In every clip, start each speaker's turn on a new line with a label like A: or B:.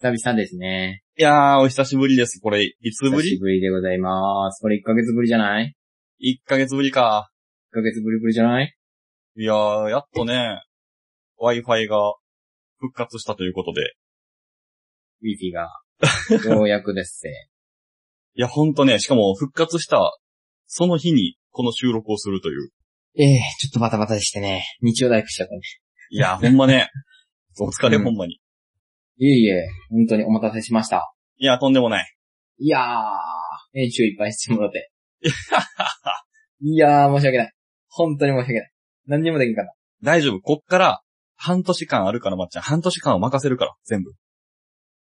A: 久々ですね。
B: いやー、お久しぶりです。これ、いつぶ
A: 久し
B: り
A: ぶりでございます。これ1ヶ月ぶりじゃない
B: ?1 ヶ月ぶりか。
A: ?1 ヶ月ぶりぶりじゃない
B: いやー、やっとね、Wi-Fi が復活したということで。
A: ?Wi-Fi が。ようやくですせ。
B: いや、ほんとね、しかも復活した、その日に、この収録をするという。
A: ええちょっとバタバタしてね。日曜大工しちゃったね。
B: い やー、ほんまね、お疲れ
A: うん
B: ほんまに。
A: いえいえ、本当にお待たせしました。
B: いやー、とんでもない。
A: いやー、練習いっぱいしてもら って。いやー、申し訳ない。本当に申し訳ない。何にもできんかった。
B: 大丈夫。こっから、半年間あるから、まっちゃん。半年間を任せるから、全部。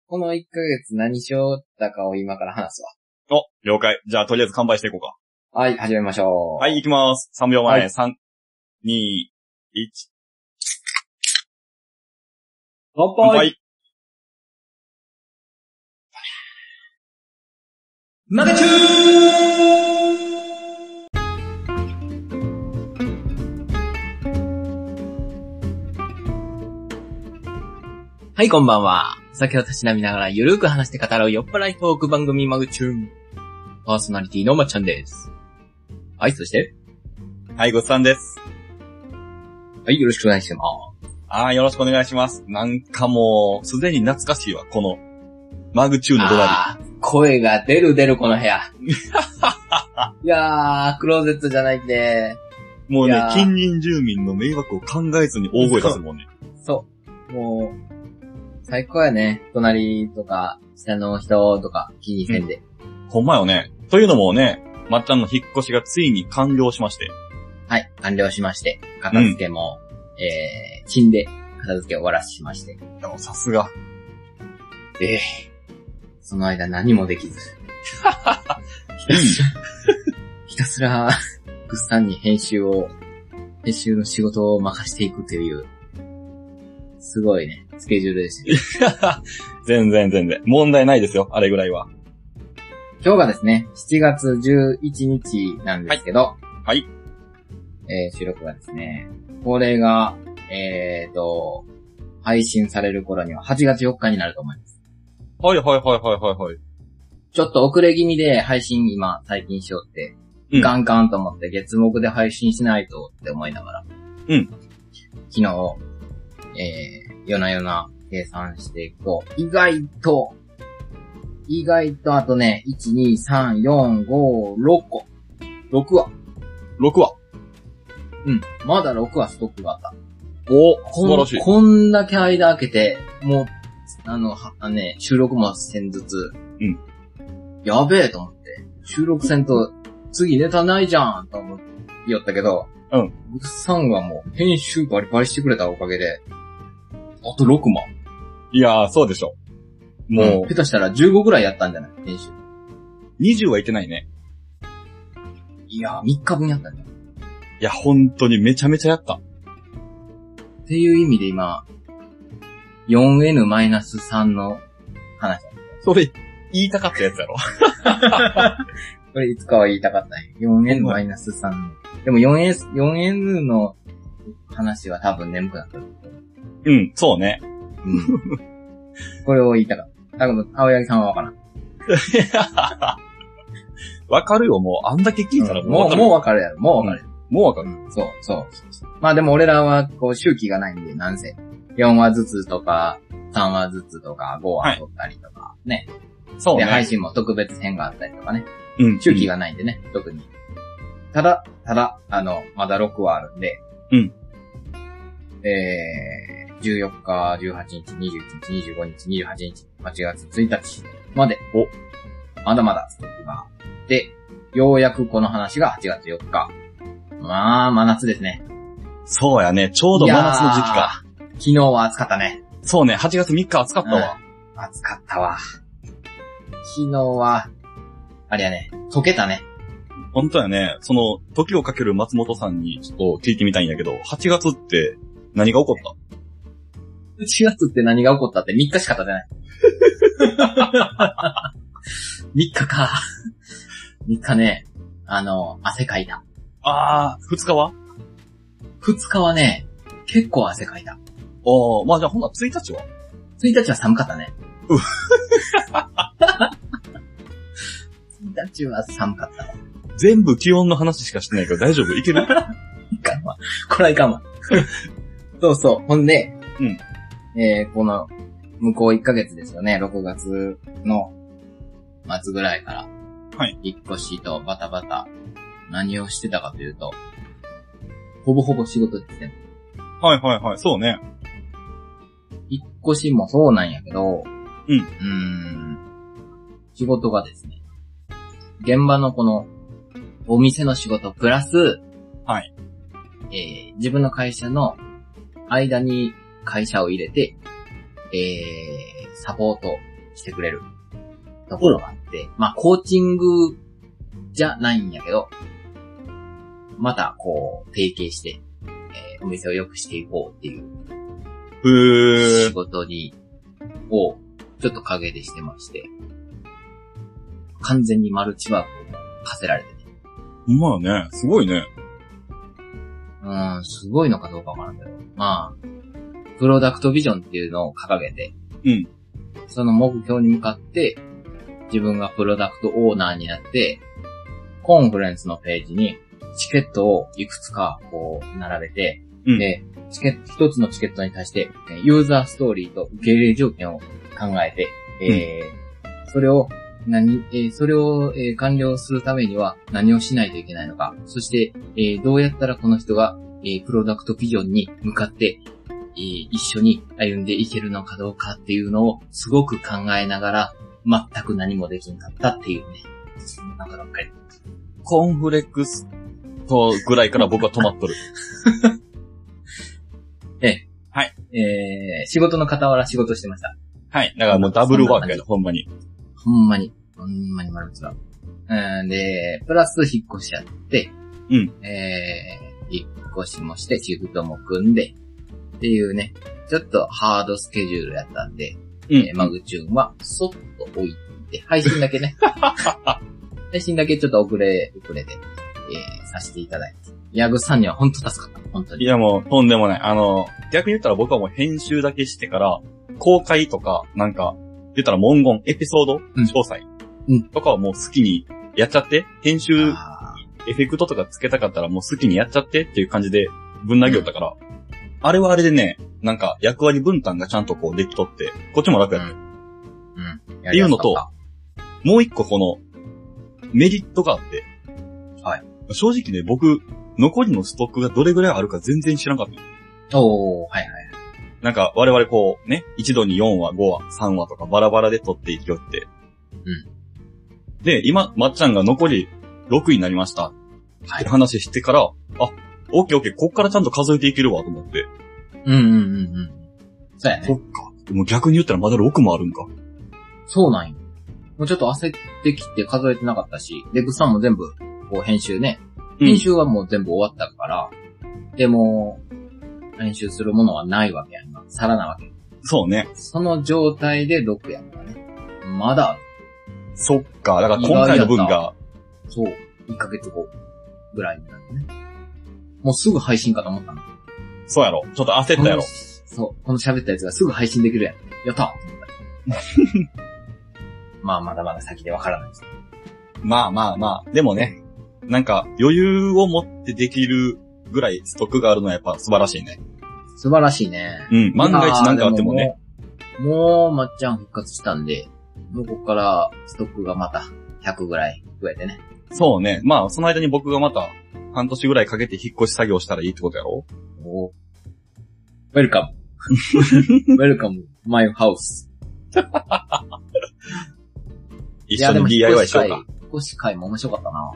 A: この1ヶ月何しよったかを今から話す
B: お、了解。じゃあ、とりあえず乾杯していこうか。
A: わ。はい、始めましょう。
B: はい、行きます。3秒前、
A: はい
B: 3、2、1、
A: 乾
B: 乾
A: 杯
B: 杯。
A: マガチュはい、こんばんは。お酒をたしなみながらゆるく話して語る酔っ払いトーク番組マグチューン。パーソナリティのまっちゃんです。はい、そして、
B: はい、ごっさんです。
A: はい、よろしくお願いしま
B: ああ、よろしくお願いします。なんかもう、すでに懐かしいわ、この、マグチューンの
A: す。
B: ドラ
A: あー声が出る出る、この部屋。 いやー、クローゼットじゃないんで、
B: リー。もう
A: い
B: ね
A: やー、
B: 近隣住民の迷惑を考えずに大声出すもんね。
A: そう。もう、最高やね。隣とか、下の人とか気にせんで。
B: ほんまよね。というのもね、まっちゃんの引っ越しがついに完了しまして。
A: はい、完了しまして、片付けも、えー、死んで、片付け終わらしまして。
B: でもさすが。
A: ええその間何もできず。ひたすら、ひたすら、ぐっさんに編集を、編集の仕事を任していくという、すごいね、スケジュールでした。
B: 全然全然。問題ないですよ、あれぐらいは。
A: 今日がですね、7月11日なんですけど、
B: はいはい
A: えー収録がですね、これが、えーと、配信される頃には8月4日になると思います。
B: はいはいはいはいはいはい。
A: ちょっと遅れ気味で配信今最近しようって、
B: うん
A: ガンガンと思って月目で配信しないとって思いながら、
B: うん
A: 昨日、えー、夜な夜な計算していくと、意外と、意外とあとね、1、2、3、4、5、6個。6話。
B: 6話。
A: うん。まだ6話ストックがあった。
B: お素晴
A: こ
B: ら
A: ん
B: しい。
A: こんだけ間空けて、もう、あの、はあのね、収録もせんずつ。
B: うん。
A: やべえと思って。収録せんと、次ネタないじゃんと思って言ったけど。
B: うん。
A: ぐっさんはもう、編集バリバリしてくれたおかげで、あと6万。
B: いやー、そうでしょ。も
A: 下手したら15ぐらいやったんじゃない編集。
B: う、20はいけないね。
A: いやー、3日分やったんだ。
B: いや、本当にめちゃめちゃやった。
A: っていう意味で今、4N-3 の話。
B: それ、言いたかったやつやろ。
A: これいつかは言いたかったね。4N-3。でも 4S、4N の話は多分眠くなった。
B: うん、そうね。
A: うん。これを言いたかった。多分、青柳さんはわからん。
B: わかるよ、もう。あんだけ聞いたらもう
A: も
B: わ
A: う、もうわか
B: かる。
A: るやろ。もうわかる。
B: もうわかる。
A: そう、そう。まあでも俺らは、こう、周期がないんで、なんせ。4話ずつとか、3話ずつとか、5話撮ったりとか、ね。
B: そう
A: で、配
B: ね。
A: 信も特別編があったりとかね。
B: うん。
A: 周期がないんでね、特に。ただ、ただ、あの、まだ6話あるんで。
B: うん。
A: えー、14日、18日、21日、25日、28日、8月1日まで。お。まだまだストックがあって、ようやくこの話が8月4日。まあ、真夏ですね。
B: そうやね。ちょうど真夏の時期か。
A: いやー。昨日は暑かったね。
B: そうね。8月3日暑かったわ。
A: 暑かったわ。昨日は、あれやね、溶けたね。
B: 本当やね。その、時をかける松本さんにちょっと聞いてみたいんだけど、8月って何が起こっ
A: 4月って何が起こったって3日しか経ってない。3日か。3日ね、あの、汗かいた。
B: たあー、2日は
A: 2日はね、結構汗かいた。
B: おー、まあじゃあほんな1日は
A: 1日は寒かったね。
B: う
A: 君たちは寒かった。
B: 全部気温の話しかしてないけど大丈夫い ける
A: いかんわ。これはいか んわ。そうそう。ほんで、
B: うん
A: えー、この、向こう1ヶ月ですよね。6月の末ぐらいから。
B: はい。
A: 引っ越しとバタバタ。何をしてたかというと、ほぼほぼ仕事ですね。
B: はいはいはい。そうね。
A: 引っ越しもそうなんやけど、
B: うん
A: うーん。仕事がですね、現場のこの、お店の仕事プラス、
B: はい。
A: えー自分の会社の間に会社を入れて、えー、サポートしてくれるところがあって、まあ、コーチングじゃないんやけど、また、こう、提携して、えーお店を良くしていこうっていう
B: へー
A: 仕。事に、を、ちょっと陰でしてまして、完全にマルチワークを課せられてて、
B: ほんまあね、すごいね。
A: うーん、すごいのかどうかわからんけど、まあ、プロダクトビジョンっていうのを掲げて、
B: うん
A: その目標に向かって、自分がプロダクトオーナーになって、コンフレンスのページに、チケットをいくつか、こう、並べて、
B: うん。
A: で、チケット、一つのチケットに対して、えーユーザーストーリーと受け入れ条件を考えて、えーそれを、何、えーそれを、えー完了するためには何をしないといけないのか、そして、えーどうやったらこの人が、えープロダクトビジョンに向かって、えー一緒に歩んでいけるのかどうかっていうのをすごく考えながら、全く何もできなかったっていうね。そんなことばっかり。
B: コンフレックスとぐらいから僕は止まっとる。
A: えー仕事の傍ら仕事してました。
B: はい。だからもうダブルワークやで、ほんまに。
A: ほんまに、ほんまに丸ツだ。うん、で、プラス引っ越しやって、
B: うん。
A: えー、引っ越しもして、シフトも組んで、っていうね、ちょっとハードスケジュールやったんで、
B: うん
A: えーマグチューンは、そっと置いて、配信だけ ね。配信だけちょっと遅れ、遅れて、えー、させていただいて。ヤグさんには本当助かった。本当
B: い
A: に。
B: やもう、とんでもない。あの、逆に言ったら僕はもう編集だけしてから、公開とか、なんか、言ったら文言、エピソード、
A: うん
B: 詳細、
A: うん
B: とかはもう好きにやっちゃって、編集、エ
A: あ
B: フェクトとかつけたかったらもう好きにやっちゃってっていう感じで、ぶん投げよったから、あれはあれでね、なんか役割分担がちゃんとこうできとって、こっちも楽
A: ー
B: や
A: う
B: った。
A: ん。うん。や
B: ってい
A: り
B: う
A: やす
B: の
A: かっ
B: と
A: た。、
B: もう一個この、メリットがあって。
A: はい。
B: 正直ね、僕、残りのストックがどれぐらいあるか全然知らなかった。
A: おー、はいはい。
B: なんか、我々こう、ね、一度に4話、5話、3話とかバラバラで撮っていきよって。うん。で、今、まっちゃんが残り6位になりました。
A: はい
B: って話してから、あ、オッケーオッケー、こっからちゃんと数えていけるわと思って。
A: うんうんうんうん。そうやね
B: そ。っか。でも逆に言ったらまだ6もあるんか。
A: そうなんよ。もうちょっと焦ってきて数えてなかったし、で、グッさんも全部、こう編集ね。
B: うん
A: 編集はもう全部終わったから、でも、編集するものはないわけやんか。皿なわけ。
B: そうね。
A: その状態で6やからね。まだある、
B: そっか。だから今回の分
A: 意外や
B: が、
A: そう、1ヶ月後ぐらいになるね。もうすぐ配信かと思ったの。
B: そうやろ。ちょっと焦ったやろ
A: この。そう、この喋ったやつがすぐ配信できるやん。やったと思った まあ、まだまだ先でわからないです。
B: まあまあまあ、でもね、なんか余裕を持ってできるぐらいストックがあるのはやっぱ素晴らしいね。
A: 素晴らしいね。
B: うん。万が一なんかあってもね。
A: 今。でももう、もうまっちゃん復活したんで、もうここからストックがまた100ぐらい増えてね。
B: そうね。まあ、その間に僕がまた半年ぐらいかけて引っ越し作業したらいいってことやろ
A: おウェル カム。ウェルカム、マイハウス。
B: 一緒に DIY しよう
A: いや
B: か
A: で。も引っ越し会引っ越し会も面白かったな。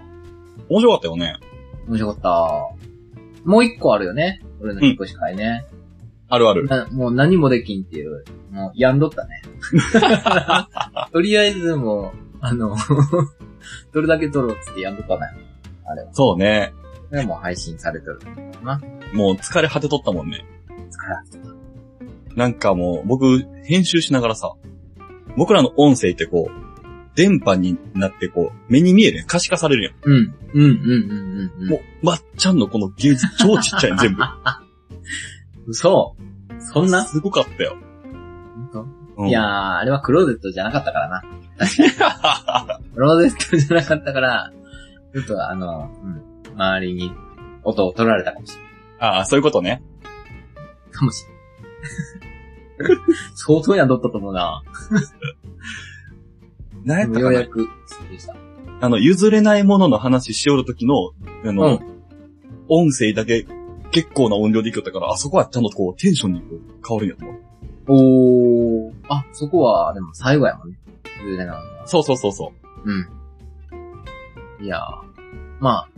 B: 面白かったよね。
A: 面白かった。もう一個あるよね。俺の引っ越し会ね。
B: あるある。
A: なもう何もできんっていう。もう、やんどった ね。とりあえずもう、あの、 どれだけ撮ろうっつってやんどったね。あれは。
B: そうね。
A: でもう配信されてる。
B: もう疲れ果てとったもんね。
A: 疲れ
B: なんかもう、僕、編集しながらさ、僕らの音声ってこう、電波になってこう、目に見えるやん。可視化されるやん。
A: うん。うん、うん、うん、うん。
B: もう、まっちゃんのこのゲージ超ちっちゃいの全 部。
A: う、嘘そんな
B: すごかったよ。
A: 本当
B: うん
A: いやー、あれはクローゼットじゃなかったからな。 クローゼットじゃなかったから、ちょっとあの、うん、周りに音を取られたかもしれな
B: ああ、そういうことね。
A: い。かもしれない。 相当やんどったと思うな。
B: 何やった
A: よ
B: か
A: う
B: な
A: やく、そうでした。
B: あの、譲れないものの話しおるときの、あ
A: う
B: の、
A: ん。
B: 音声だけ結構な音量でいきよったから、あそこはちゃんとこう、テンションにこう変わるんやと思
A: お
B: う。
A: ー。あ、そこは、でも最後やもんね。17の
B: そうそうそうそう。
A: うん。いやー、まあ、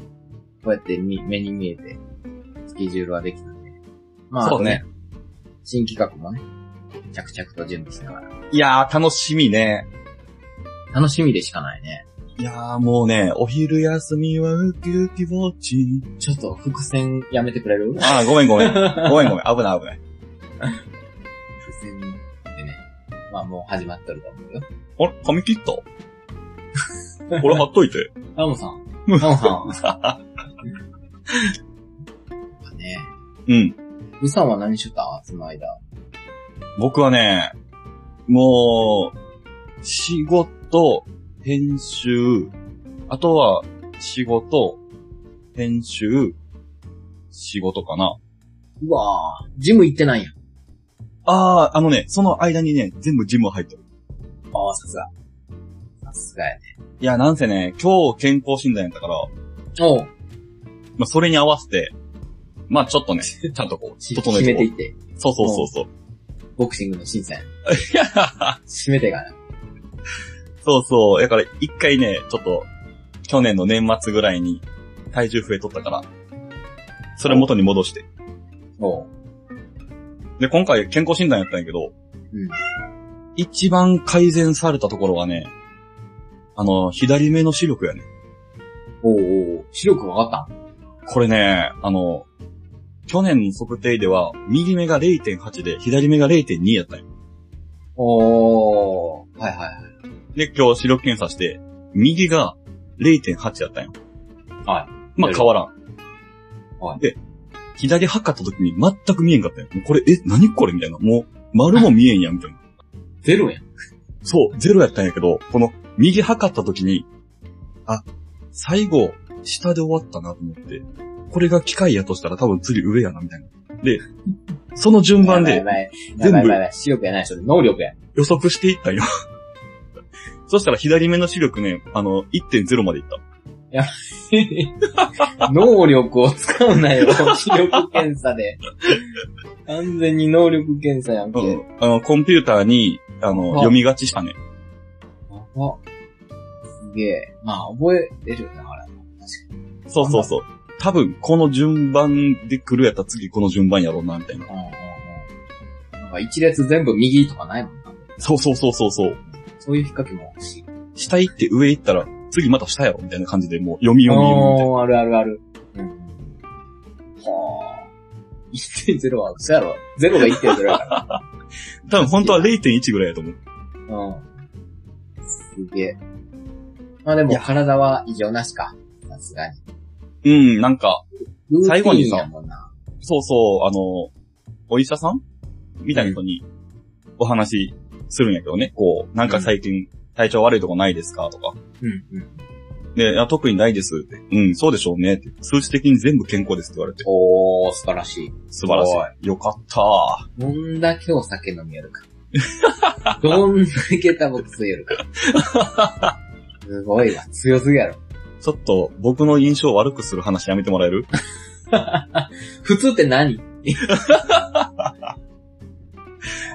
A: こうやってみ目に見えて、スケジュールはできたんで。まあ、
B: そうね
A: あと。新企画もね、着々と準備しながら。
B: いやー、楽しみね。
A: 楽しみでしかないね。
B: いやー、もうね、お昼休みはウキウキウォッチ。
A: ちょっと伏線やめてくれる
B: あー、ごめんごめ ん。ごめんごめん。危ない危ない。
A: 伏線ってね。まあもう始まっとると思うよ。
B: あれ髪切った これ貼っといて。
A: ラモさん。ラモさ ん。ね
B: うん。
A: ウさんは何しとったその間。
B: 僕はね、もう、仕事、編集、あとは、仕事、編集、仕事かな。
A: うわぁ、ジム行ってないやん。
B: あー、あのね、その間にね、全部ジム入ってる。
A: ああ、さすが。さすがやね。
B: いや、なんせね、今日健康診断やったから、
A: おう、
B: まあ、それに合わせて、まあ、ちょっとね、 ちゃんとこう、
A: し
B: 整
A: 決め
B: え
A: て
B: て
A: い
B: こ
A: って。
B: う。そうそうそうそう。
A: ボクシングの新鮮。
B: いや
A: 締めてから。
B: そうそう。だから、一回ね、ちょっと、去年の年末ぐらいに、体重増えとったから、それ元に戻して。
A: おう。
B: で、今回健康診断やったんやけど、
A: うん。
B: 一番改善されたところはね、あの、左目の視力やね。
A: おうおう。視力分かっ
B: これね、あの、去年の測定では、右目が0.8で、左目が0.2やったんよ。
A: たおー。はいはいはい。
B: で、今日視力検査して、右が0.8やったんよ。。
A: はい
B: まあ変わらん。
A: はい
B: で、左測った時に全く見えんかったんよ。もうこれ、え、何これみたいな。もう、丸も見えんや、みたいな。
A: ゼロやん。
B: そう、ゼロやったんやけど、この、右測った時に、あ、最後、下で終わったなと思って、これが機械やとしたら多分次上やな、みたいな。で、その順番
A: や
B: で
A: ばいや
B: 全
A: ばいやばい
B: 部
A: やばい。視力やない。それ能力や。
B: 予測していったんよ。 そしたら左目の視力ね、あの、1.0までいった。
A: 能力を使うな よ。視力検査で。完全に能力検査やんけ。
B: うん。あの、コンピューターに、あの、
A: あ
B: 読みがちしたね。
A: やばすげえ。まあ、覚えれるよな、あれ。
B: そうそうそう。多分、この順番で来るやったら次この順番やろうな、みたいな。
A: うんうんうん。なんか一列全部右とかないもんな。
B: そうそうそうそうそう。
A: そういう引っ掛けも欲しい。
B: 下行って上行ったら、次また下やろ、みたいな感じで、もう読み読み読みみたいな。
A: おー、あるあるある。うん。はぁ。1.0は嘘やろ。ゼロが1.0や から。
B: 多分本当は0.1ぐらいやと思う。
A: うん。すげえ。まあで
B: い
A: も
B: や
A: 体は異常なしか。さすがに。
B: うん、なんか、
A: ルーティン
B: 最後にさ
A: やもんな。
B: そうそう、あの、お医者さんみたいな人にお話しするんやけどね。こう、なんか最近体調悪いとこないですかとか。
A: うんうん。
B: で、いや、特にないですって。うん、そうでしょうねって。数値的に全部健康ですって言われて。
A: おー、素晴らしい。
B: 素晴ら
A: お
B: しい。よかった。
A: どんだけお酒飲みよる か。どんだけタバコ吸いよるか。すごいわ。強すぎやろ。
B: ちょっと、僕の印象を悪くする話やめてもらえる
A: 普通って 何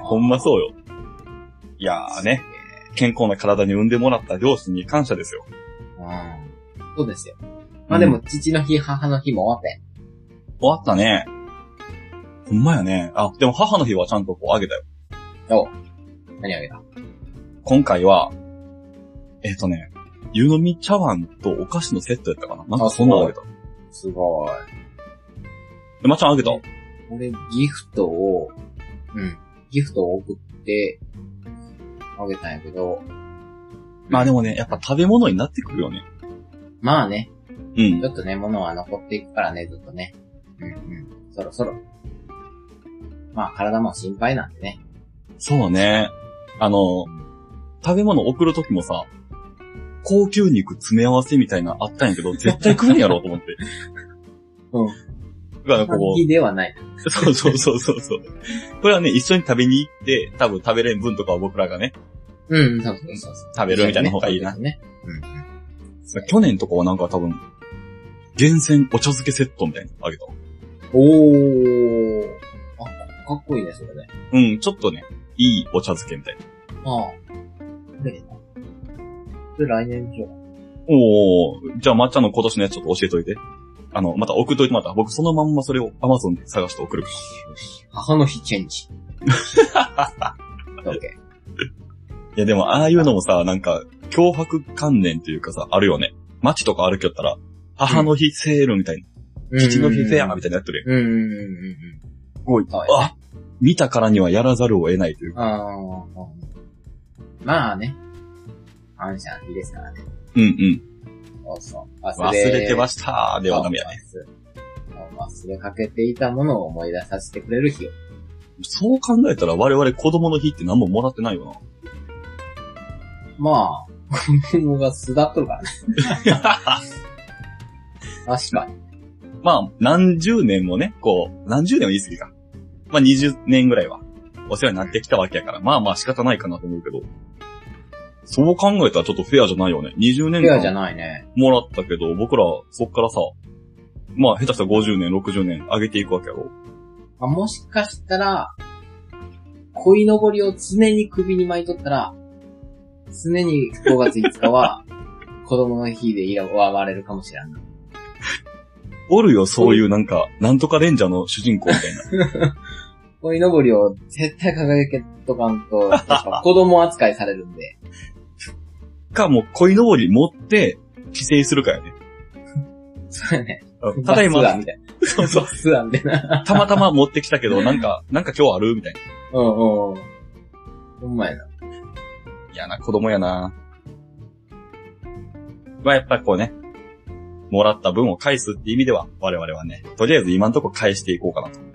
B: ほんまそうよ。いやーね、健康な体に産んでもらった両親に感謝ですよ。
A: うん。そうですよ。まあでも、父の日、母の日も終わって。
B: 終わったね。ほんまやね。あ、でも母の日はちゃんとこうあげたよ。
A: 何あげた
B: 今回は、えっ、とね、湯飲み茶碗とお菓子のセットやったかななんかそんなんあげた。
A: すごい。
B: で、まっちゃんあげた
A: 俺、ギフトを、うん。ギフトを送って、あげたんやけど、
B: まあでもね、やっぱ食べ物になってくるよね。
A: まあね、
B: うん
A: ち。ょっとね、物は残っていくからね、ずっとね。うんうん。そろそろ。まあ、体も心配なんでね。
B: そうね。あの、食べ物送るときもさ、高級肉詰め合わせみたいなのあったんやけ ど、絶対食うんやろうと思って。
A: うん。
B: だから
A: 短
B: こ
A: 期ではない。
B: う、そうそうそうそうそう。これはね、一緒に食べに行って、多分食べれん分とかを僕らがね、
A: うん、多分そうそう。
B: 食べるみたいな方がいいな。
A: ね。うんうん。
B: 去年とかはなんか多分、厳選お茶漬けセットみたいなのあげたわ。
A: おー。あ、かっこいいね、それね。
B: うん、ちょっとね、いいお茶漬けみたいな。
A: ああ。で、それ来年じゃん。
B: おー、じゃあ抹茶の今年のやつちょっと教えといて。あの、また送っといてまた。僕そのまんまそれを Amazon で探して送るか
A: 母の日チェンジ。 オッケ
B: ら。いやでも、ああいうのもさ、なんか、脅迫観念というかさ、あるよね。街とか歩きよったら、母の日セールみたい
A: ー。
B: な、父の日フェアみたいなやってる
A: うんうんうんうん
B: やん。すごい。
A: うん。はい。
B: あ見たからにはやらざるを得ないというか。
A: あーまあね。感謝いいですからね。
B: うんうん。
A: そうそう。
B: 忘れてましたではダメやね。
A: そうそう忘れかけていたものを思い出させてくれる日を。
B: そう考えたら我々子供の日って何ももらってないよな。
A: まあ、子供が巣立っとるからね。 確かに。
B: まあ、何十年もね、こう、何十年は言い過ぎか。まあ、20年ぐらいは、お世話になってきたわけやから、まあまあ仕方ないかなと思うけど。そう考えたらちょっとフェアじゃないよね。20年
A: フェアじゃ
B: 間
A: ないね。
B: もらったけど、僕らそっからさ、まあ下手したら50年、60年上げていくわけやろ。
A: まあ、もしかしたら、恋のぼりを常に首に巻いとったら、常に5月5日は、 子供の日で祝われるかもしれんない。
B: おるよ、そういうなんか、なんとかレンジャーの主人公みたいな。
A: 恋のぼりを絶対掲げとかん と、やっぱ子供扱いされるんで。
B: か、もう恋のぼり持って、帰省するかやね。
A: そうやね。
B: うんただいま
A: バスツアー、みたい
B: そうそう
A: な。。ツアーみたいな。
B: たまたま持ってきたけど、なんか、なんか今日あるみたいな。
A: うんうんうん。ほんまやな。
B: 嫌な子供やな。まあやっぱこうね、もらった分を返すって意味では、我々はね、とりあえず今んとこ返していこうかなと。
A: は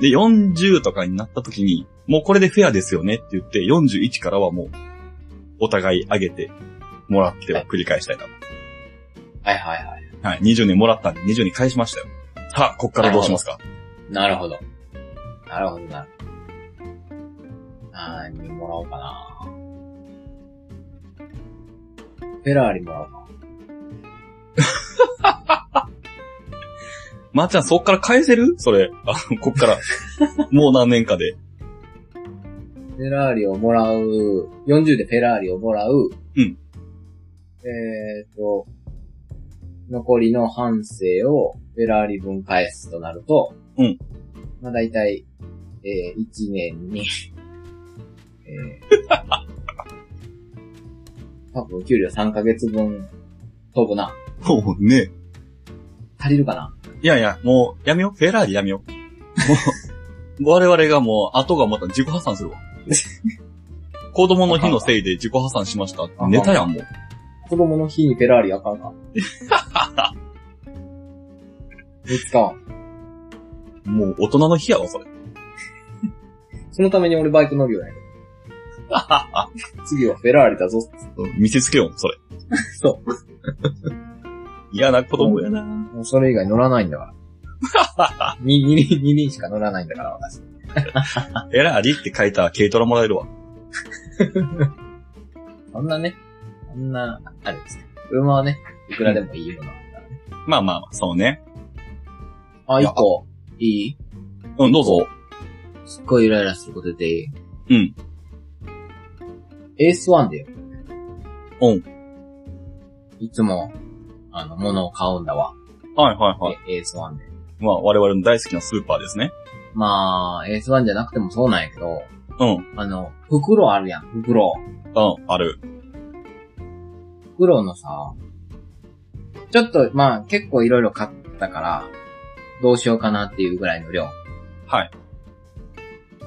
B: で、40とかになった時に、もうこれでフェアですよねって言って、41からはもう、お互いあげて、もらっては繰り返したいな。
A: はいはいはい。
B: はい、20年もらったんで20年返しましたよ。さあ、こっからどうしますか
A: なるほど。なるほどなるほど。何もらおうかな。フェラーリもらおうか。
B: まー、ちゃん、そっから返せるそれ、あの、こっから、もう何年かで。
A: フェラーリをもらう、40でフェラーリをもらう。
B: うん。
A: えーと、残りの半生をフェラーリ分返すとなると、
B: うん。
A: まあ大体、えー、1年に、 えー、多分給料3ヶ月分飛ぶな。
B: ほう、ね
A: 足りるかない
B: やいや、もう、やめよう。フェラーリやめよう。もう、我々がもう、後がまた自己破産するわ。子供の日のせいで自己破産しました。ネタやん、もう。
A: 子供の日にフェラーリあかん か。見つかん。
B: もう、大人の日やわ、それ。
A: そのために俺バイク乗るよ ね。次はフェラーリだぞ。
B: 見せつけよう、それ。。
A: そう
B: 嫌な子供やな。
A: もうそれ以外乗らないんだ から。に二輪、二輪しか乗らないんだから、私。
B: フェラーリって書いた軽トラもらえるわ。
A: そんなね、そんな、あれですね。車はね、いくらでもいいものなんだからね。
B: まあまあまあ、そうね。
A: あ、
B: いや
A: 一個、いい
B: うん、どうぞ。
A: すっごいイライラすることでいい
B: うん。
A: エースワンだよ。
B: うん。
A: いつも、あの、物を買うんだわ。
B: はいはいはい。
A: エースワンで。
B: まあ、我々の大好きなスーパーですね。
A: まあ、エースワンじゃなくてもそうなんやけど、
B: うん。う
A: あの、袋あるやん、袋。
B: ん、ある。
A: 袋のさ、ちょっと、まあ、結構いろいろ買ったから、どうしようかなっていうぐらいの量。
B: はい。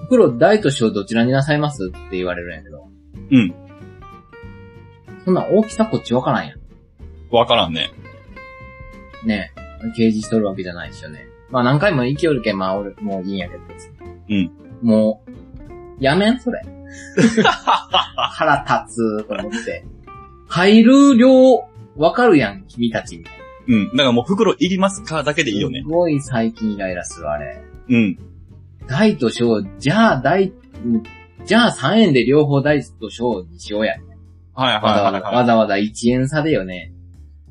A: 袋、大と小どちらになさいますって言われるんやけど。
B: うん。
A: そんなん大きさこっちわからんや
B: わからんね。
A: ん。ねえ。掲示しとるわけじゃないですよね。まあ何回も生きよるけん、まあ俺、もういいんやけど別に。
B: うん。
A: もう、やめんそれ。 腹立つと思って。入る量、わかるやん、君たちみたいな。
B: うん。だからもう袋いりますかだけでいいよね
A: す。ごい最近イライラする、あれ。
B: うん。
A: 大と小、じゃあ大、うんじゃあ3円で両方大と小にしようや。
B: はいは
A: わ
B: い
A: ざわざ、
B: はいは
A: わざわざ1円差でよね。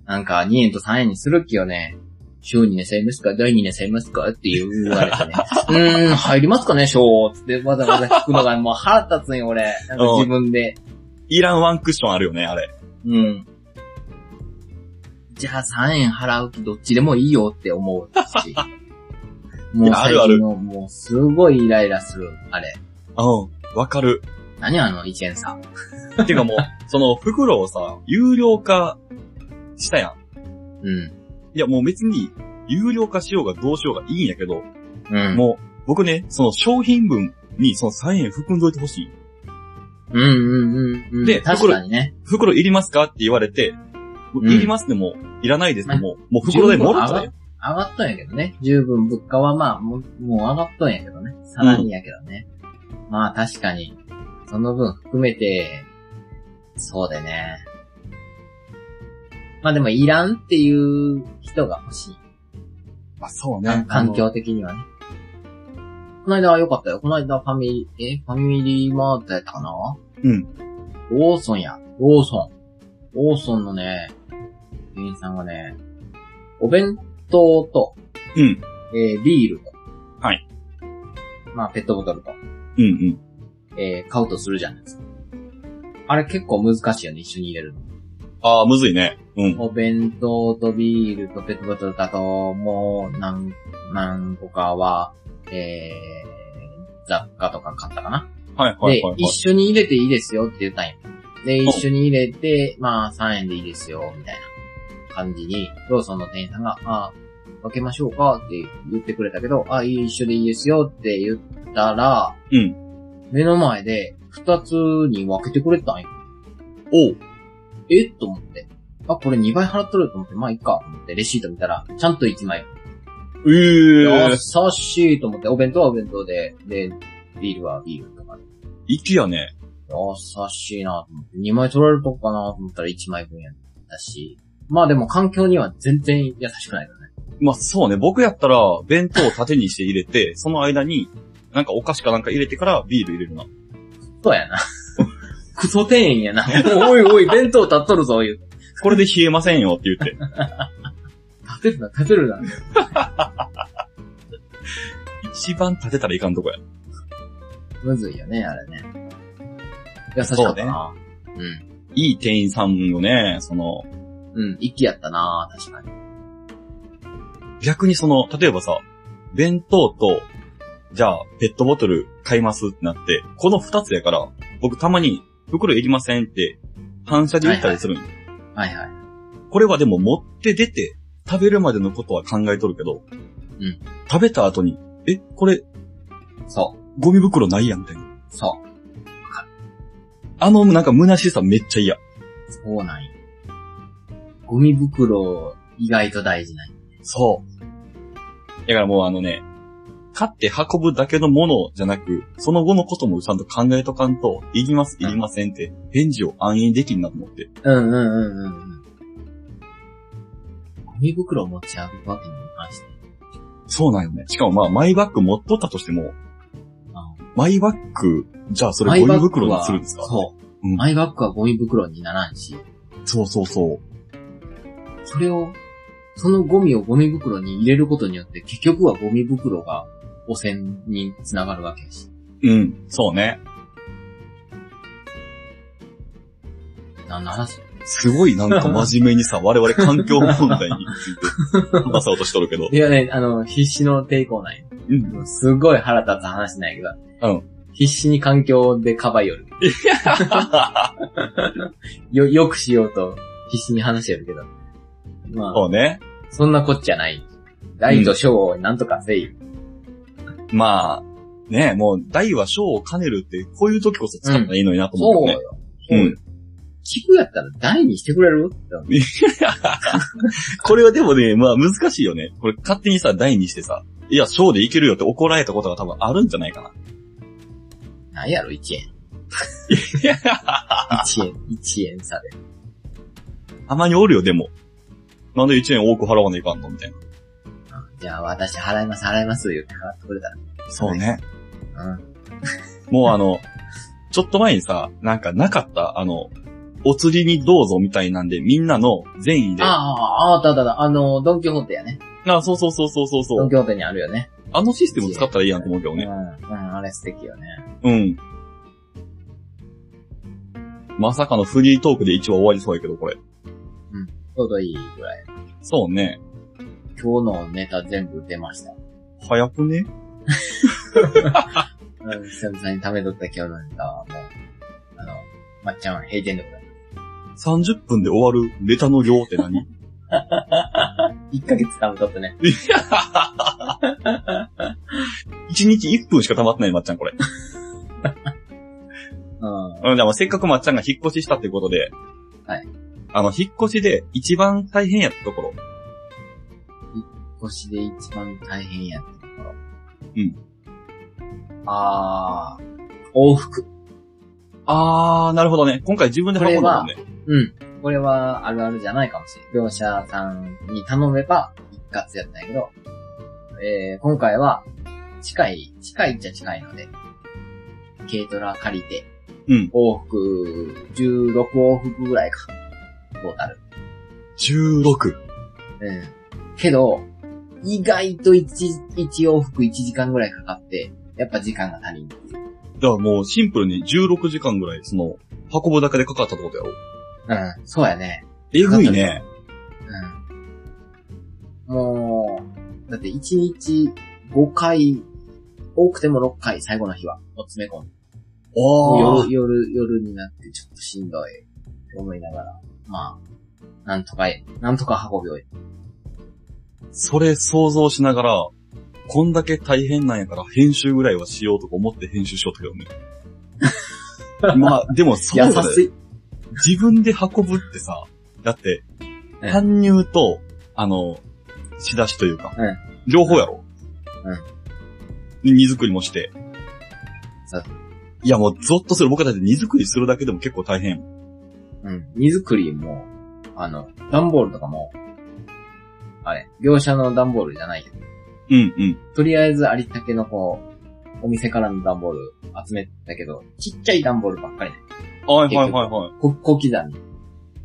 A: なんか2円と3円にするっきよね。小2年生ますか第2年生ますかって言われ てね。うーん、入りますかね、小つってわざわざ聞くのがもう腹立つんよ、俺。なんか自分で。
B: い。いらんワンクッションあるよね、あれ。
A: うん。じゃあ3円払うとどっちでもいいよって思う し。もう
B: あ
A: 最
B: るある
A: 近の、もうすごいイライラする、あれ。
B: うん。わかる。
A: 何あの1円差。
B: てかもう、その袋をさ、有料化したやん。
A: うん。
B: いやもう別に、有料化しようがどうしようがいいんやけど、
A: うん。
B: もう、僕ね、その商品分にその3円含んどいてほしい。
A: うんうんうんうん。
B: で
A: 確かにね。
B: 袋いりますかって言われて、もう
A: うん
B: いりますでも、いらないですでも、もう
A: 十
B: 袋
A: 分
B: でもろったら
A: 上
B: よ。
A: が上がったんやけどね。十分物価はまあ、もうもう上がったんやけどね。さらにやけどね。まあ確かに、その分含めて、そうでね。まあでもいらんっていう人が欲しい。
B: あ、そう
A: かん環。境的にはね。この間は良かったよ。この間ファミリー、えファミリーマートやったかな
B: うん。
A: ローソンや。ローソン。ローソンのね、店員さんがね、お弁当と、
B: うん。
A: えービールと。
B: はい。
A: まあ、ペットボトルと、
B: うんうん。
A: えー買うとするじゃないですか。あれ結構難しいよね、一緒に入れるの。
B: ああ、むずいね。うん。
A: お弁当とビールとペットボトルだと、もう、何、何個かは、えー、雑貨とか買ったかな。
B: はいはい
A: で
B: はい、はい。
A: 一緒に入れていいですよって言ったんや。で、
B: お
A: 一緒に入れて、まあ3円でいいですよ、みたいな感じに、ローソンの店員さんが、あ分けましょうかって言ってくれたけど、あいい一緒でいいですよって言ったら、
B: うん
A: 目の前で二つに分けてくれたんや。
B: おう。
A: えと思って。あ、これ2倍払っとると思って、まあいいかと思って、レシート見たら、ちゃんと1枚。
B: ええ
A: 優しいと思って、お弁当はお弁当で、で、ビールはビールとか
B: いきやね。
A: 優しいなと思って、2枚取られるとこかなと思ったら1枚分やったし、まあでも環境には全然優しくないよね。
B: まあ、そうね。僕やったら、弁当を縦にして入れて、その間に、なんかお菓子かなんか入れてからビール入れるな。
A: そうやな。クソ店員やな。おいおい、弁当立っとるぞ、言う。
B: これで冷えませんよって言って。
A: 立てるな、立てるな。
B: 一番立てたらいかんとこや。
A: むずいよね、あれね。優しかったな。う
B: いい店員さんよね。その、
A: ん。うん、一気やったな、確かに。
B: 逆にその、例えばさ、弁当と、じゃあ、ペットボトル買いますってなって、この二つやから、僕たまに袋いりませんって、反射で言ったりするんよ
A: はいはい。
B: これはでも持って出て、食べるまでのことは考えとるけど、
A: うん
B: 食べた後に、え、これ、
A: そう、
B: ゴミ袋ないやんみたいな。
A: そう、
B: あの、なんか虚しさめっちゃ嫌。
A: そうなんや。ゴミ袋、意外と大事なんや。
B: そう。だからもうあのね、買って運ぶだけのものじゃなく、その後のこともちゃんと考えとかんと、いります、いりませんって、返事を暗飲できんなと思って。
A: うんうんうんうんうん。ゴミ袋持ち歩くわけにもいかんしね。
B: そうなんよね。しかもまあ、マイバッグ持っとったとしても、
A: あ
B: マイバッグ、じゃあそれゴミ袋にするんですか
A: そう、
B: うん
A: マイバッグはゴミ袋にならんし、
B: そうそうそう。
A: それを、そのゴミをゴミ袋に入れることによって、結局はゴミ袋が汚染につながるわけやし。
B: うん、そうね。
A: なんの話
B: すごいなんか真面目に さ、我々環境問題について話そうとしとるけど
A: い。やね、あの、必死の抵抗ない。
B: うん。
A: すごい腹立つ話なんやけど。。
B: うん
A: 必死に環境でかばい よる。よ、よくしようと必死に話してるけど。まあ、
B: そうね。
A: そんなこっちゃない。大と小をなんとかせい。
B: まあ、ねもう、大は小を兼ねるって、こういう時こそ使ったらいいのになと思
A: そうう
B: けどね。
A: よ。そうよ聞くやったら大にしてくれるって思う
B: これはでもね、まあ難しいよね。これ勝手に さ、台にしてさ、いや、小でいけるよって怒られたことが多分あるんじゃないかな。
A: なんやろ、1円。1円、1円差で。
B: たまにおるよ、でも。なんで1円多く払わないかんのみたいな。
A: じゃあ、私払います、払います、言って払ってくれたら。
B: そうね。
A: うん。
B: もうあの、ちょっと前にさ、なんかなかった、あの、お釣りにどうぞみたいなんで、みんなの善意で。
A: あ
B: あ
A: あ、ああ、ただだ、あの、ドンキホーテやね。
B: そうそうそうそうそうそ
A: ドン
B: う。
A: キホーテにあるよね。
B: あのシステム使ったらいいやんと思うけど
A: うん、う
B: ね。
A: ん、あれ素敵よね。
B: うん。まさかのフリートークで一話終わりそうやけど、これ。
A: ちょうどいいぐらい。
B: そうね。
A: 今日のネタ全部出ました。
B: 早くね
A: うん、久々に食べとった今日のネタはもう、あの、まっちゃんは閉店でございます。
B: ?30 分で終わるネタの量って何
A: 1ヶ月食べとったね。
B: ?1 日1分しか溜まってない、まっちゃん、これ。
A: うん。
B: うん、でもせっかくまっちゃんが引っ越ししたってことで。
A: はい。
B: あの、引っ越しで一番大変やったところ。
A: 腰で一番大変やってところ。
B: うん。
A: あー、往復。
B: あー、なるほどね。今回自分で運んだもんね。
A: うん。これはあるあるじゃないかもしれん。業者さんに頼めば一括やったんやけど、えー、今回は近い、近いっちゃ近いので、軽トラ借りて、
B: うん。
A: 往復、16往復ぐらいか。トータル。
B: 16。
A: うん。けど、意外と1、一往復1時間ぐらいかかって、やっぱ時間が足りんっていう。
B: だからもうシンプルに16時間ぐらい、その、運ぶだけでかかったってことやろ。
A: うん、そうやね。
B: えぐいね。
A: うん。もう、だって1日5回、多くても6回、最後の日は、もう詰め込んで。
B: あー
A: 夜、夜、夜になってちょっとしんどい、思いながら、まあ、なんとか、なんとか運び終え
B: それ想像しながら、こんだけ大変なんやから編集ぐらいはしようとか思って編集しようと けどね。まあ、でもそうだ
A: 優
B: ね。
A: しい。
B: 自分で運ぶってさ、だって、
A: うん
B: 搬入と、あの、仕出しというか、
A: うん
B: 両方やろ。うん。荷造りもして。
A: そう
B: いやもうゾッとする。僕だって荷造りするだけでも結構大変。
A: うん。荷造りも、あの、段ボールとかも、あれ、業者の段ボールじゃないよ。
B: うんうん。
A: とりあえずありったけのこう、お店からの段ボール集めたけど、ちっちゃい段ボールばっかりね
B: はいはいはいはい。
A: こ小刻み。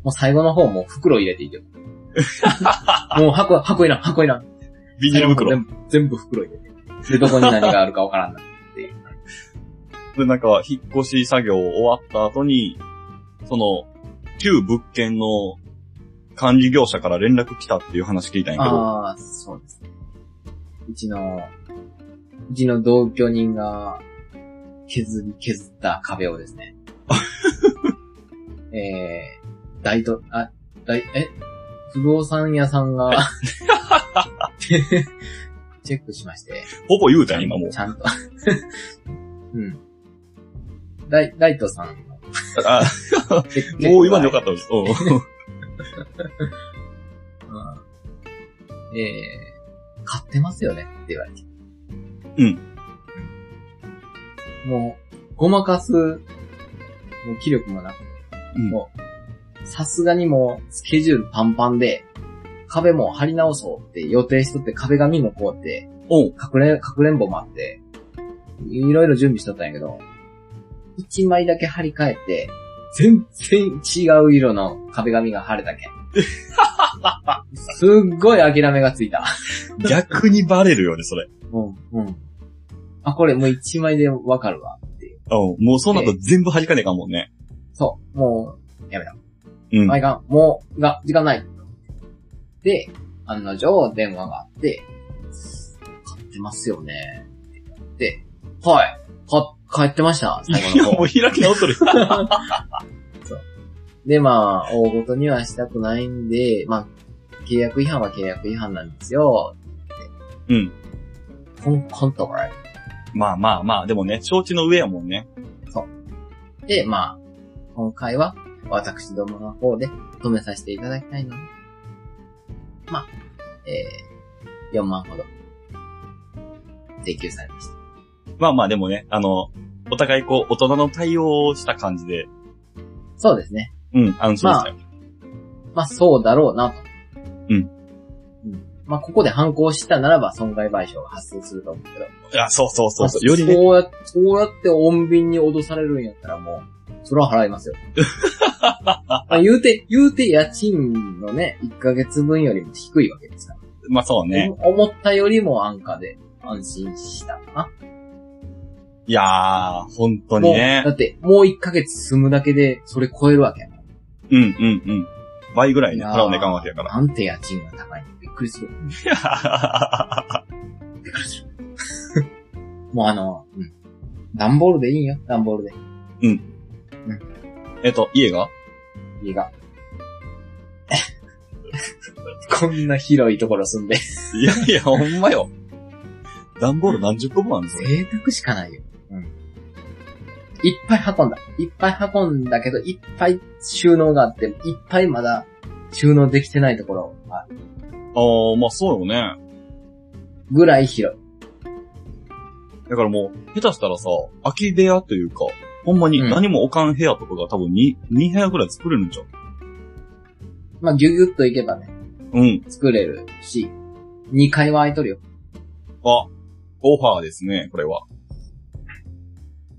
A: もう最後の方もう袋入れていいよ。 もう箱、箱いらん、箱いらん。
B: ビニール袋。
A: 全部、全部袋入れて。で、どこに何があるかわからん な。
B: で、なんか、引っ越し作業終わった後に、その、旧物件の管理業者から連絡来たっていう話聞いたんやけど、
A: ああ、そうですね。うちの、うちの同居人が削り、削った壁をです ね。えー、大と、あ、大、え不動産屋さ んが、チェックしまして。
B: ほぼ言うたん今もう
A: ち。ゃんと。 うん。ライ、ライトさん。
B: あ、もう今でよかったです。うん
A: うん。えー、買ってますよねって言われて。
B: うん
A: うん。もう、ごまかす、もう気力もなく、
B: うん
A: さすがにもう、スケジュールパンパンで、壁も張り直そうって予定しとって壁紙もこうって、
B: おう。
A: かくれん、かくれんぼもあって、いろいろ準備しとったんやけど、一枚だけ張り替えて、全然違う色の壁紙が貼れたけん。 すっごい諦めがついた。
B: 逆にバレるよね、それ。
A: うん、うん。あ、これもう一枚でわかるわっていう。
B: うん。もうそうなると全部弾かねえかんもんね。
A: そう、もう、やめた。
B: うん。
A: 前が、もう、が、時間ない。で、案の定、電話があって、買ってますよね。って言って、はい、か、買ってました、最後
B: い
A: の
B: や、
A: 方
B: もう開き直っとる。
A: で、まあ、大ごとにはしたくないんで、まあ、契約違反は契約違反なんですよ。
B: うん。
A: コン、コントがある。
B: まあまあまあ、でもね、承知の上やもんね。
A: で、まあ、今回は、私どもの方で、止めさせていただきたいので、まあ、えー、4万ほど、請求されました。
B: まあまあ、でもね、あの、お互いこう、大人の対応をした感じで、
A: そうですね。
B: うん、安心したよ。
A: まあそうだろうなと。
B: うん。
A: うん。まあここで反抗したならば損害賠償が発生すると思うけど。
B: あ、そうそうそうそう。
A: ま
B: よ
A: あ
B: りね、
A: そうや、そうやって穏便に脅されるんやったらもう、それは払い ますよ。まあ言うて、言うて家賃のね、1ヶ月分よりも低いわけですから。
B: まあそうね。
A: 思ったよりも安価で安心したか
B: いやー、本当
A: な。
B: に
A: もう、
B: ね
A: だ。ってもう1ヶ月住むだけでそれ超えるわけやもん
B: うんうんうん。倍ぐらいね、
A: いやー
B: 払わないかんわけやから。
A: なんて家賃が高いのびっくりする。もうあの、うん。段ボールでいいよ、段ボールで。
B: えっと、家が
A: 家が。 こんな広いところ住んで。
B: いやいや、ほんまよ。 段ボール何十個分あるのそれ。
A: 贅沢しかないよ。うん。いっぱい運んだ。いっぱい運んだけど、いっぱい収納があって、いっぱいまだ収納できてないところがある
B: あー、まあそうよね。
A: ぐらい広い。
B: だからもう、下手したらさ、空き部屋というか、ほんまに
A: うん
B: 何も置かん部屋とかが多分2、2部屋ぐらい作れるんじゃん。
A: まあ、ぎゅぎゅっといけばね、
B: うん。
A: 作れるし、2階は空いとるよ。
B: あ、オファーですね、これは。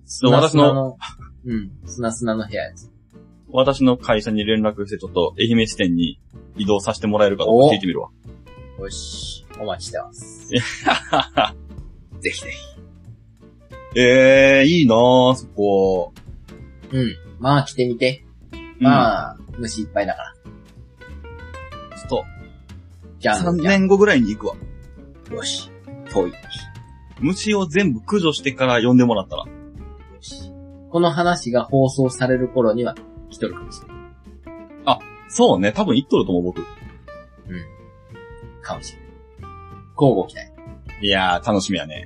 A: 砂
B: 私の
A: 砂の、うん、砂砂の部屋やつ。
B: 私の会社に連絡して、ちょっと愛媛支店に移動させてもらえるかどうか聞いてみるわ。
A: よし、お待ちして ます。
B: い
A: ぜひぜひ。
B: ええー、いいなぁ、そこ。
A: うん。まあ、来てみて。
B: うん
A: まあ、虫いっぱいだから。
B: ちょ
A: じゃ
B: っと、3
A: んじゃ
B: 年後ぐらいに行くわ。
A: ん。よし。遠い。よ
B: 虫を全部駆除してから呼んでもらったら。
A: し。この話が放送される頃には来とるかもしれない。
B: そうね、多分行っとると思う、僕。
A: かもしれない。交互期待。
B: いやー、楽しみやね。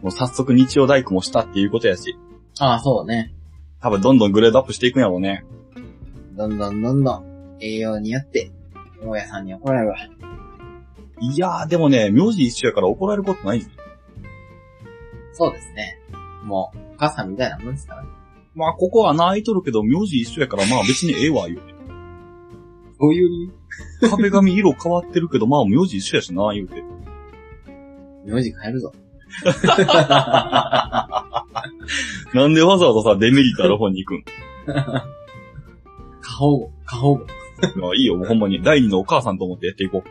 B: もう早速日曜大工もしたっていうことやし、
A: ああ、そうね。
B: 多分どんどんグレードアップしていくんやろうね。
A: どんどんどんどん、栄養によって、大家さんに怒られるわ。
B: いやー、でもね、名字一緒やから怒られることないぜ
A: そうですね。もう、お母さんみたいなもんですからね。
B: まあ、ここは泣いとるけど、名字一緒やから、まあ別にええわ、言うて。
A: そういう
B: 壁紙色変わってるけど、まあ名字一緒やしな、言うて。
A: 名字変える ぞ。
B: なんでわざわざさ、デメリットある方に行くん
A: 過保護、過保護。
B: まあいいよ、もうほんまに。第二のお母さんと思ってやっていこう。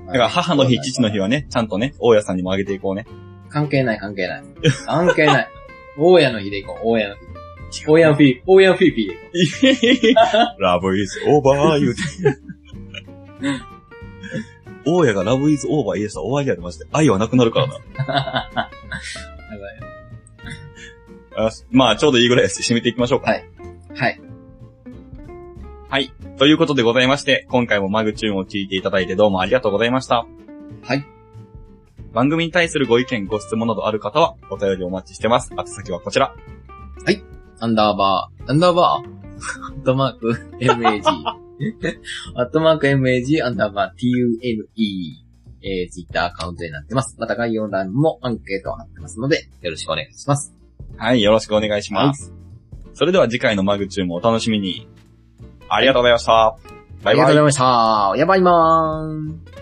A: うん。
B: だから母の日、父の日はね、ちゃんとね、大家さんにもあげていこうね。
A: 関係ない、関係ない。関係ない。大家の日でいこう、大家の日。大家のフィー、大家のフィーピーでいこ
B: ラブイズオーバー 言うて。大家がラブイズオーバー言い出したら終わりやでマジで。愛はなくなるから な。あまあ、ちょうどいいぐらいです。締めていきましょうか。
A: はいいう。はい。
B: ということでございまして、今回もマグチューンを聞いていただいてどうもありがとうございました。
A: はい。
B: 番組に対するご意見、ご質問などある方は、お便りお待ちしてます。あと先はこちら。
A: アンダーバー、アンダーバー、アットマーク、MAG。アットマーク MAG、アンダーバー、TUNE。えー、ツイッターアカウントになってます。また概要欄にもアンケートを貼ってますので、よろしくお願いします。
B: はい、よろしくお願いします。それでは次回のマグチューンもお楽しみに。ありがとうございました。バ
A: あ
B: イバイ
A: りがとうござい。ました。やばいまーん。